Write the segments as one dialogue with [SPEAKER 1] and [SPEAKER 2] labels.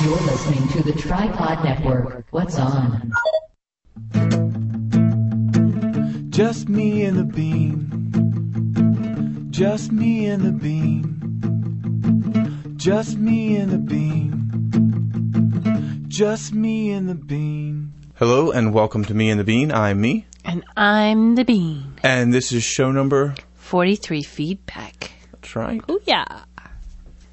[SPEAKER 1] You're listening to the Tripod Network. What's on?
[SPEAKER 2] Just me and the beam. Just me and the beam. Just me and the beam. Just me and the beam. Hello and welcome to Me and the Bean. I'm me,
[SPEAKER 3] And I'm the bean.
[SPEAKER 2] and this is show number.
[SPEAKER 3] 43 feedback.
[SPEAKER 2] That's right.
[SPEAKER 3] Oh, yeah.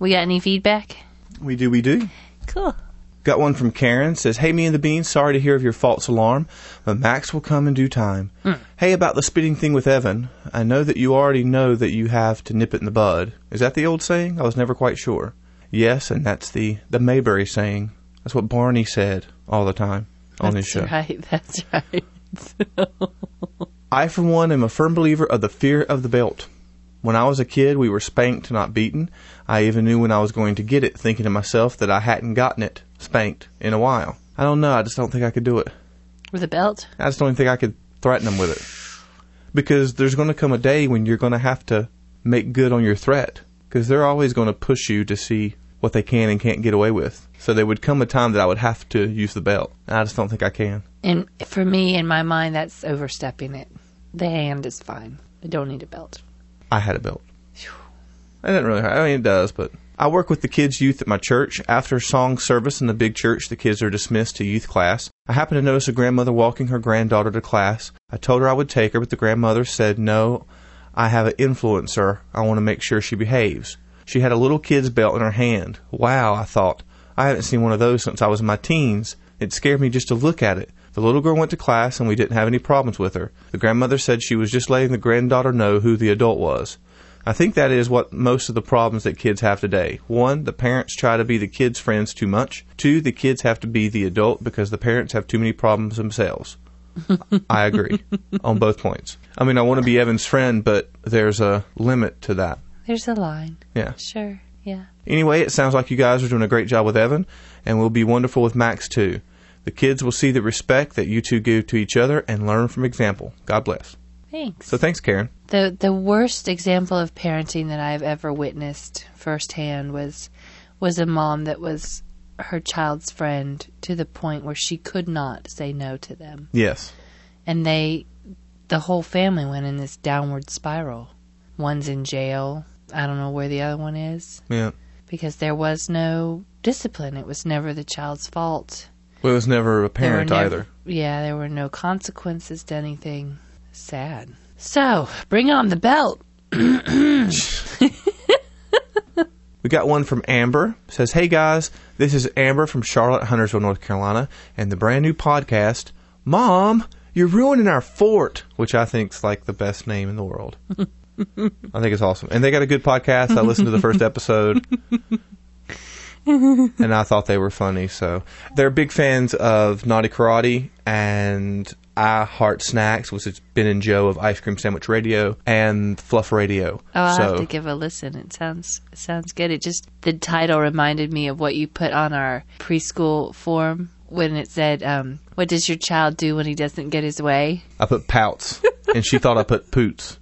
[SPEAKER 3] We got any feedback?
[SPEAKER 2] We do, we do.
[SPEAKER 3] Cool.
[SPEAKER 2] Got one from Karen says, "Hey, me and the bean. Sorry to hear of your false alarm, but Max will come in due time. Hey, about the spitting thing with Evan. I know that you already know that you have to nip it in the bud. Is that the old saying? I was never quite sure. Yes, and that's the the Mayberry saying. That's what Barney said all the time on his show.
[SPEAKER 3] That's right. That's right.
[SPEAKER 2] I, for one, am a firm believer of the fear of the belt. When I was a kid, we were spanked, not beaten. I even knew when I was going to get it, thinking to myself that I hadn't gotten it spanked in a while. I don't know. I just don't think I could do it.
[SPEAKER 3] With a belt?
[SPEAKER 2] I just don't think I could threaten them with it. Because there's going to come a day when you're going to have to make good on your threat. Because they're always going to push you to see what they can and can't get away with. So there would come a time that I would have to use the belt. And I just don't think I can.
[SPEAKER 3] And for me, in my mind, that's overstepping it. The hand is fine. I don't need a belt.
[SPEAKER 2] I had a belt. It didn't really hurt. I mean, it does, but. I work with the kids' youth at my church. After song service in the big church, the kids are dismissed to youth class. I happened to notice a grandmother walking her granddaughter to class. I told her I would take her, but the grandmother said, No, I have an influencer. I want to make sure she behaves. She had a little kid's belt in her hand. Wow, I thought. I haven't seen one of those since I was in my teens. It scared me just to look at it. The little girl went to class and we didn't have any problems with her. The grandmother said she was just letting the granddaughter know who the adult was. I think that is what most of the problems that kids have today. One, the parents try to be the kids' friends too much. Two, the kids have to be the adult because the parents have too many problems themselves. I agree on both points. I mean, I want to be Evan's friend, but there's a limit to that.
[SPEAKER 3] There's a line.
[SPEAKER 2] Yeah.
[SPEAKER 3] Sure. Yeah.
[SPEAKER 2] Anyway, it sounds like you guys are doing a great job with Evan, and will be wonderful with Max too. The kids will see the respect that you two give to each other and learn from example. God bless.
[SPEAKER 3] Thanks.
[SPEAKER 2] So thanks, Karen.
[SPEAKER 3] The the worst example of parenting that I've ever witnessed firsthand was was a mom that was her child's friend to the point where she could not say no to them.
[SPEAKER 2] Yes.
[SPEAKER 3] And they the whole family went in this downward spiral. One's in jail. I don't know where the other one is
[SPEAKER 2] Yeah.
[SPEAKER 3] because there was no discipline. It was never the child's fault.
[SPEAKER 2] Well, it was never a
[SPEAKER 3] There were
[SPEAKER 2] parent
[SPEAKER 3] nev-
[SPEAKER 2] either.
[SPEAKER 3] Yeah, there were no consequences to anything. Sad. So, bring on the belt.
[SPEAKER 2] We got one from Amber. Says, "Hey guys, this is Amber from Charlotte, Huntersville, North Carolina, and the brand new podcast, Mom, you're ruining our fort," which I think's like the best name in the world. I think it's awesome, and they got a good podcast. I listened to the first episode, and I thought they were funny. So they're big fans of Naughty Karate and I Heart Snacks, which is Ben and Joe of Ice Cream Sandwich Radio and Fluff Radio.
[SPEAKER 3] Oh, I'll
[SPEAKER 2] so
[SPEAKER 3] have to give a listen. It sounds it sounds good. It just the title reminded me of what you put on our preschool form when it said, um, "What does your child do when he doesn't get his way?"
[SPEAKER 2] I put pouts, and she thought I put poots.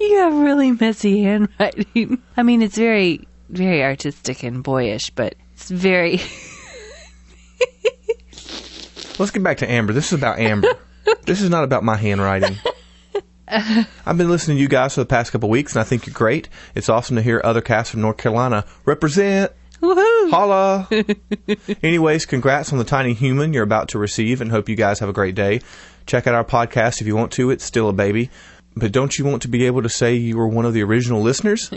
[SPEAKER 3] You have really messy handwriting. I mean, it's very very artistic and boyish, but it's very
[SPEAKER 2] Let's get back to Amber. This is about Amber. this is not about my handwriting. I've been listening to you guys for the past couple weeks, and I think you're great. It's awesome to hear other casts from North Carolina represent.
[SPEAKER 3] woohoo.
[SPEAKER 2] Holla! Anyways, congrats on the tiny human you're about to receive, and hope you guys have a great day. Check out our podcast if you want to. It's still a baby. But don't you want to be able to say you were one of the original listeners?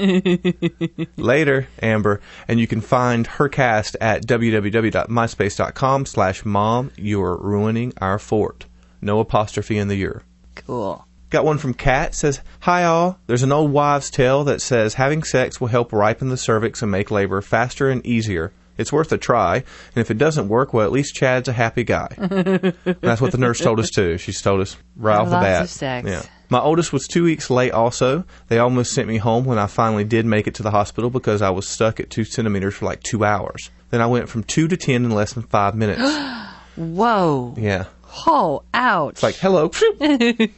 [SPEAKER 2] Later, Amber. And you can find her cast at www.myspace.com slash mom. You're ruining our fort. No apostrophe in the year.
[SPEAKER 3] Cool.
[SPEAKER 2] Got one from Kat says, Hi all. There's an old wives' tale that says having sex will help ripen the cervix and make labor faster and easier. It's worth a try, and if it doesn't work, well, at least Chad's a happy guy. And that's what the nurse told us too. She's told us right off the
[SPEAKER 3] Lots
[SPEAKER 2] bat.
[SPEAKER 3] of sex.
[SPEAKER 2] Yeah. My oldest was two weeks late. Also, they almost sent me home when I finally did make it to the hospital because I was stuck at two centimeters for like two hours. Then I went from two to ten in less than five minutes.
[SPEAKER 3] Whoa.
[SPEAKER 2] yeah.
[SPEAKER 3] Oh, ouch.
[SPEAKER 2] It's like, hello.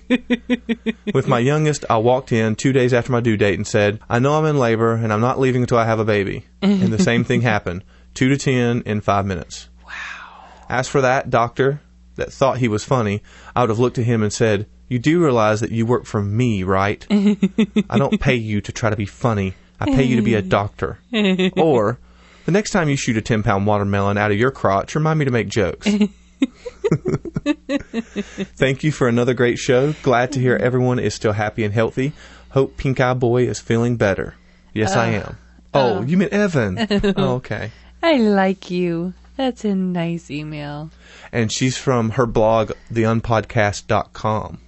[SPEAKER 2] With my youngest, I walked in two days after my due date and said, I know I'm in labor and I'm not leaving until I have a baby. And the same thing happened two to 10 in five minutes. Wow. As for that doctor that thought he was funny, I would have looked at him and said, You do realize that you work for me, right? I don't pay you to try to be funny. I pay you to be a doctor. Or, the next time you shoot a 10 pound watermelon out of your crotch, remind me to make jokes. Thank you for another great show. Glad to hear everyone is still happy and healthy. Hope Pink Eye Boy is feeling better. Yes, I am. Oh, you meant Evan. oh, okay.
[SPEAKER 3] I like you. That's a nice email.
[SPEAKER 2] And she's from her blog, theunpodcast.com.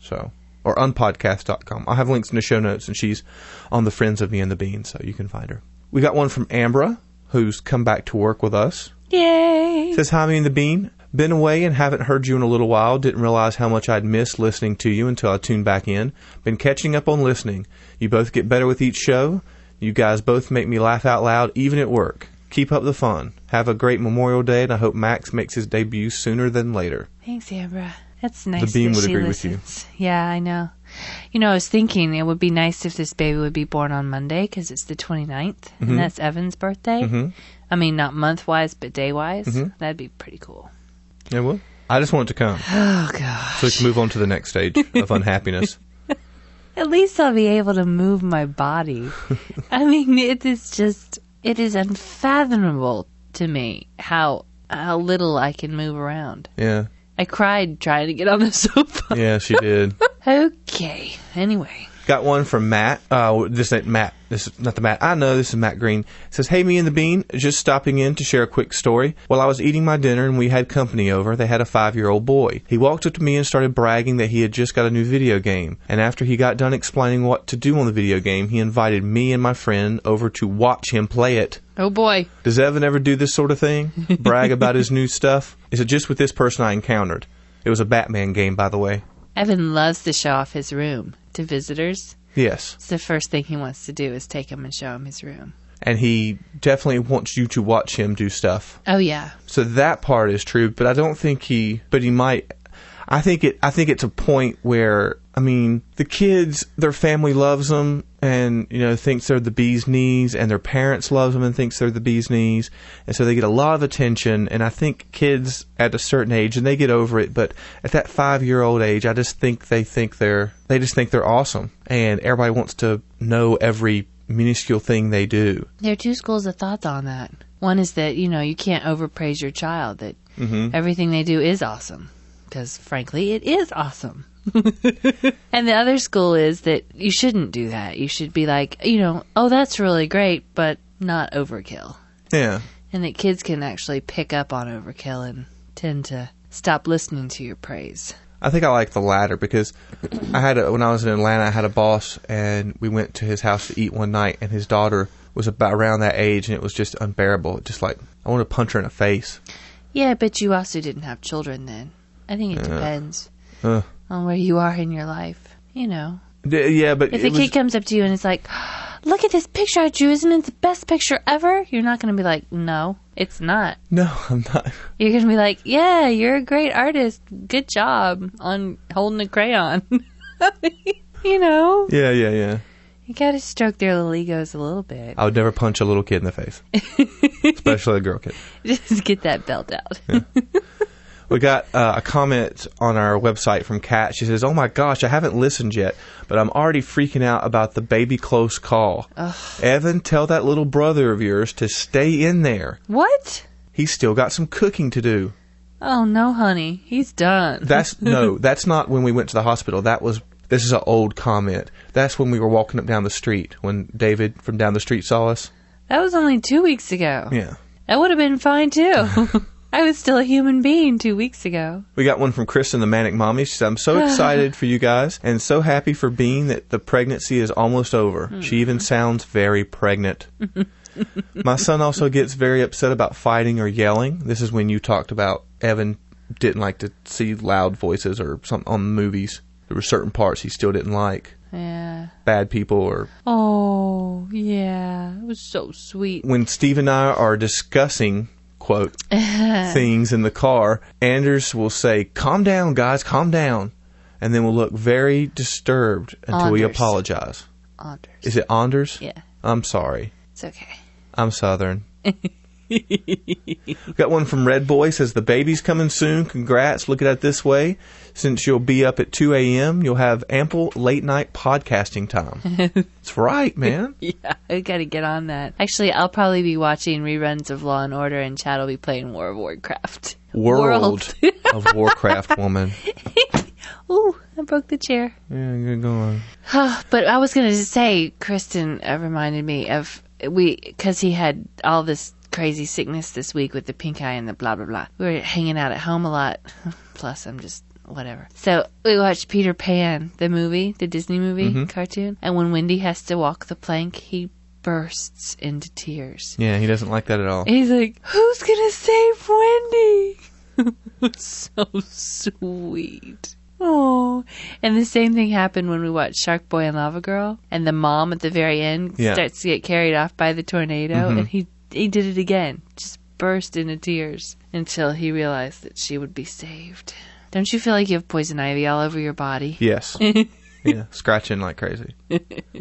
[SPEAKER 2] So, or unpodcast.com. I'll have links in the show notes, and she's on the Friends of Me and the Bean, so you can find her. We got one from Ambra, who's come back to work with us.
[SPEAKER 3] Yay.
[SPEAKER 2] Says hi, me and the Bean. Been away and haven't heard you in a little while. Didn't realize how much I'd missed listening to you until I tuned back in. Been catching up on listening. You both get better with each show. You guys both make me laugh out loud, even at work. Keep up the fun. Have a great Memorial Day, and I hope Max makes his debut sooner than later.
[SPEAKER 3] Thanks, Ambra. That's nice.
[SPEAKER 2] bean
[SPEAKER 3] that
[SPEAKER 2] would
[SPEAKER 3] she
[SPEAKER 2] agree with you.
[SPEAKER 3] listens. you. Yeah, I know. You know, I was thinking it would be nice if this baby would be born on Monday because it's the 29th,
[SPEAKER 2] Mm-hmm.
[SPEAKER 3] and that's Evan's birthday. I mean, not month wise, but day wise.
[SPEAKER 2] Mm-hmm.
[SPEAKER 3] That'd be pretty cool.
[SPEAKER 2] Yeah, well, I just want it to come
[SPEAKER 3] Oh, God.
[SPEAKER 2] so we can move on to the next stage of unhappiness.
[SPEAKER 3] At least I'll be able to move my body. I mean, it is just, it is unfathomable to me how how little I can move around.
[SPEAKER 2] Yeah,
[SPEAKER 3] I cried trying to get on the sofa.
[SPEAKER 2] yeah, she did.
[SPEAKER 3] Okay. Anyway.
[SPEAKER 2] Got one from Matt. Uh, this ain't Matt. This is not the Matt I know. This is Matt Green. says, "Hey, me and the Bean, just stopping in to share a quick story. While I was eating my dinner and we had company over, they had a five-year-old boy. He walked up to me and started bragging that he had just got a new video game. And after he got done explaining what to do on the video game, he invited me and my friend over to watch him play it.
[SPEAKER 3] Oh boy.
[SPEAKER 2] Does Evan ever do this sort of thing? Brag about his new stuff? Is it just with this person I encountered? It was a Batman game, by the way.
[SPEAKER 3] Evan loves to show off his room to visitors.
[SPEAKER 2] Yes."
[SPEAKER 3] It's the first thing he wants to do is take him and show him his room.
[SPEAKER 2] and he definitely wants you to watch him do stuff.
[SPEAKER 3] Oh yeah.
[SPEAKER 2] So that part is true, but I don't think he. But he might. I think it. I think it's a point where I mean the kids, their family loves them, and you know thinks they're the bee's knees, and their parents loves them and thinks they're the bee's knees, and so they get a lot of attention. And I think kids at a certain age, and they get over it, but at that five year old age, I just think they think they're they just think they're awesome, and everybody wants to know every minuscule thing they do.
[SPEAKER 3] There are two schools of thought on that. One is that, you know, you can't overpraise your child, that everything they do is awesome. Because, frankly, it is awesome. and the other school is that you shouldn't do that. You should be like, you know, oh, that's really great, but not overkill.
[SPEAKER 2] Yeah.
[SPEAKER 3] And that kids can actually pick up on overkill and tend to stop listening to your praise.
[SPEAKER 2] I think I like the latter because I had a, when I was in Atlanta, I had a boss, and we went to his house to eat one night, and his daughter was about around that age, and it was just unbearable. Just like I want to punch her in the face.
[SPEAKER 3] Yeah, but you also didn't have children then. I think it depends
[SPEAKER 2] Ugh.
[SPEAKER 3] on where you are in your life. You know,
[SPEAKER 2] D- yeah, but
[SPEAKER 3] If
[SPEAKER 2] it
[SPEAKER 3] a
[SPEAKER 2] was-
[SPEAKER 3] kid comes up to you and it's like, "Look at this picture I drew! Isn't it the best picture ever?" You're not going to be like, "No, it's not."
[SPEAKER 2] no, I'm not.
[SPEAKER 3] You're going to be like, "Yeah, you're a great artist. Good job on holding a crayon." you know,
[SPEAKER 2] Yeah, yeah, yeah.
[SPEAKER 3] you got to stroke their little egos a little bit.
[SPEAKER 2] I would never punch a little kid in the face, especially a girl kid.
[SPEAKER 3] Just get that belt out.
[SPEAKER 2] We got uh, a comment on our website from Kat. She says, "Oh my gosh, I haven't listened yet, but I'm already freaking out about the baby close call. Evan, tell that little brother of yours to stay in there.
[SPEAKER 3] what?
[SPEAKER 2] He's still got some cooking to do.
[SPEAKER 3] Oh no, honey, he's done.
[SPEAKER 2] That's no, that's not when we went to the hospital. That was this is an old comment. That's when we were walking up down the street when David from down the street saw us.
[SPEAKER 3] that was only two weeks ago.
[SPEAKER 2] Yeah."
[SPEAKER 3] That would have been fine too. I was still a human being two weeks ago.
[SPEAKER 2] We got one from Kristen, the manic mommy. She said, I'm so excited for you guys and so happy for Bean that the pregnancy is almost over. She even sounds very pregnant. My son also gets very upset about fighting or yelling. This is when you talked about Evan didn't like to see loud voices or some on movies. There were certain parts he still didn't like.
[SPEAKER 3] Yeah.
[SPEAKER 2] Bad people or
[SPEAKER 3] Oh, yeah. It was so sweet.
[SPEAKER 2] when Steve and I are discussing quote things in the car, Anders will say, "Calm down, guys, calm down," and then will look very disturbed until we
[SPEAKER 3] Anders.
[SPEAKER 2] apologize.
[SPEAKER 3] Anders.
[SPEAKER 2] Is it Anders?
[SPEAKER 3] Yeah.
[SPEAKER 2] I'm sorry.
[SPEAKER 3] It's okay.
[SPEAKER 2] I'm Southern. Got one from Red Boy says the baby's coming soon. Congrats. Look at it this way. Since you'll be up at 2 a.m., you'll have ample late night podcasting time. That's right, man.
[SPEAKER 3] Yeah, I gotta get on that. Actually, I'll probably be watching reruns of Law and Order, and Chad will be playing War of Warcraft.
[SPEAKER 2] World, of Warcraft woman.
[SPEAKER 3] Ooh, I broke the chair.
[SPEAKER 2] Yeah, good going.
[SPEAKER 3] but I was going to say, Kristen uh, reminded me of we because he had all this crazy sickness this week with the pink eye and the blah blah blah. We were hanging out at home a lot. Plus, I'm just whatever. So we watched Peter Pan, the movie, the Disney movie cartoon, and when Wendy has to walk the plank, he bursts into tears.
[SPEAKER 2] Yeah, he doesn't like that at all.
[SPEAKER 3] He's like, "Who's gonna save Wendy?" so sweet. Oh, and the same thing happened when we watched Shark Boy and Lava Girl, and the mom at the very end
[SPEAKER 2] Yeah.
[SPEAKER 3] starts to get carried off by the tornado, and he he did it again, just burst into tears until he realized that she would be saved. Don't you feel like you have poison ivy all over your body?
[SPEAKER 2] Yes. yeah, scratching like crazy.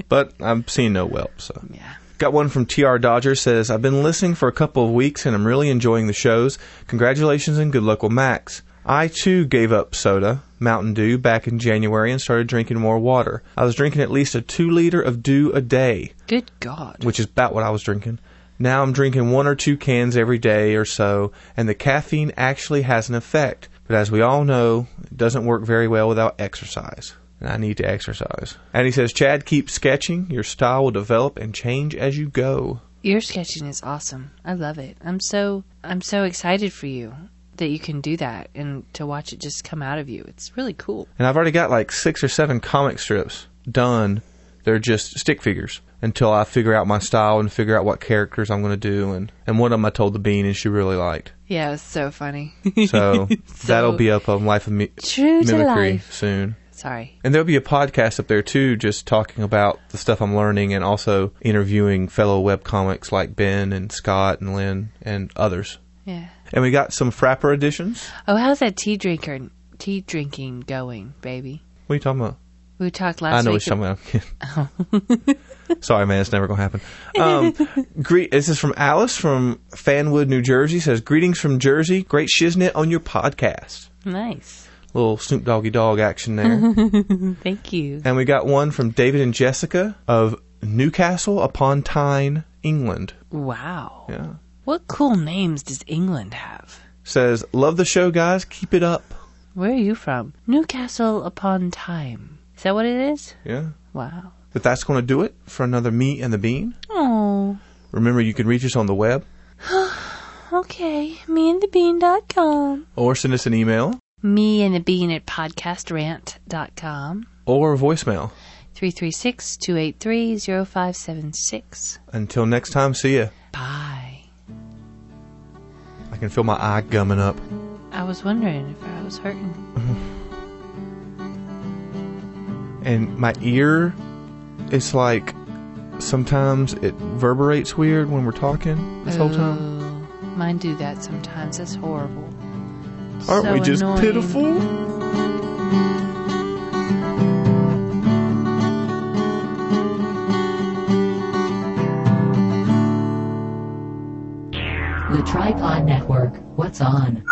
[SPEAKER 2] But I'm seeing no whelp, so.
[SPEAKER 3] Yeah.
[SPEAKER 2] Got one from TR Dodger says, I've been listening for a couple of weeks and I'm really enjoying the shows. Congratulations and good luck with Max. I too gave up soda, Mountain Dew, back in January and started drinking more water. I was drinking at least a two liter of Dew a day,
[SPEAKER 3] Good God.
[SPEAKER 2] which is about what I was drinking. Now I'm drinking one or two cans every day or so, and the caffeine actually has an effect. But as we all know, it doesn't work very well without exercise. And I need to exercise. And he says, Chad, keep sketching. Your style will develop and change as you go.
[SPEAKER 3] Your sketching is awesome. I love it. I'm so I'm so excited for you that you can do that and to watch it just come out of you. It's really cool.
[SPEAKER 2] and I've already got like six or seven comic strips done. They're just stick figures until I figure out my style and figure out what characters I'm going to do. And, and one of them I told the bean and she really liked.
[SPEAKER 3] Yeah, it's so funny.
[SPEAKER 2] So, that'll be up on Life of Mi-
[SPEAKER 3] True to
[SPEAKER 2] Mimicry
[SPEAKER 3] life.
[SPEAKER 2] soon.
[SPEAKER 3] Sorry.
[SPEAKER 2] And there'll be a podcast up there too, just talking about the stuff I'm learning and also interviewing fellow webcomics like Ben and Scott and Lynn and others.
[SPEAKER 3] Yeah.
[SPEAKER 2] And we got some Frapper editions.
[SPEAKER 3] Oh, how's that tea drinker tea drinking going, baby?
[SPEAKER 2] What are you talking about?
[SPEAKER 3] We talked
[SPEAKER 2] I
[SPEAKER 3] last
[SPEAKER 2] know
[SPEAKER 3] week. Oh.
[SPEAKER 2] what you're talking about. Sorry, man, it's never going to happen. Um, greet. This is from Alice from Fanwood, New Jersey. Says greetings from Jersey. Great shiznit on your podcast.
[SPEAKER 3] nice.
[SPEAKER 2] Little Snoop Doggy Dog action there.
[SPEAKER 3] Thank you.
[SPEAKER 2] and we got one from David and Jessica of Newcastle upon Tyne, England.
[SPEAKER 3] Wow.
[SPEAKER 2] Yeah.
[SPEAKER 3] What cool names does England have?
[SPEAKER 2] Says love the show, guys. Keep it up.
[SPEAKER 3] Where are you from? Newcastle upon Tyne. Is that what it is?
[SPEAKER 2] Yeah.
[SPEAKER 3] Wow.
[SPEAKER 2] But that's going to do it for another Me and the Bean.
[SPEAKER 3] Oh.
[SPEAKER 2] Remember, you can reach us on the web
[SPEAKER 3] Okay. Meandthebean.com.
[SPEAKER 2] or send us an email
[SPEAKER 3] Me and the Bean at podcastrant.com.
[SPEAKER 2] or a voicemail.
[SPEAKER 3] 336 283 0576.
[SPEAKER 2] Until next time, see ya.
[SPEAKER 3] Bye.
[SPEAKER 2] I can feel my eye gumming up.
[SPEAKER 3] I was wondering if I was hurting.
[SPEAKER 2] and my ear it's like sometimes it reverberates weird when we're talking this whole time
[SPEAKER 3] Ooh, Mine do that sometimes. That's horrible.
[SPEAKER 2] aren't
[SPEAKER 3] So
[SPEAKER 2] we just
[SPEAKER 3] annoying.
[SPEAKER 2] pitiful
[SPEAKER 1] The Tripod Network. What's on?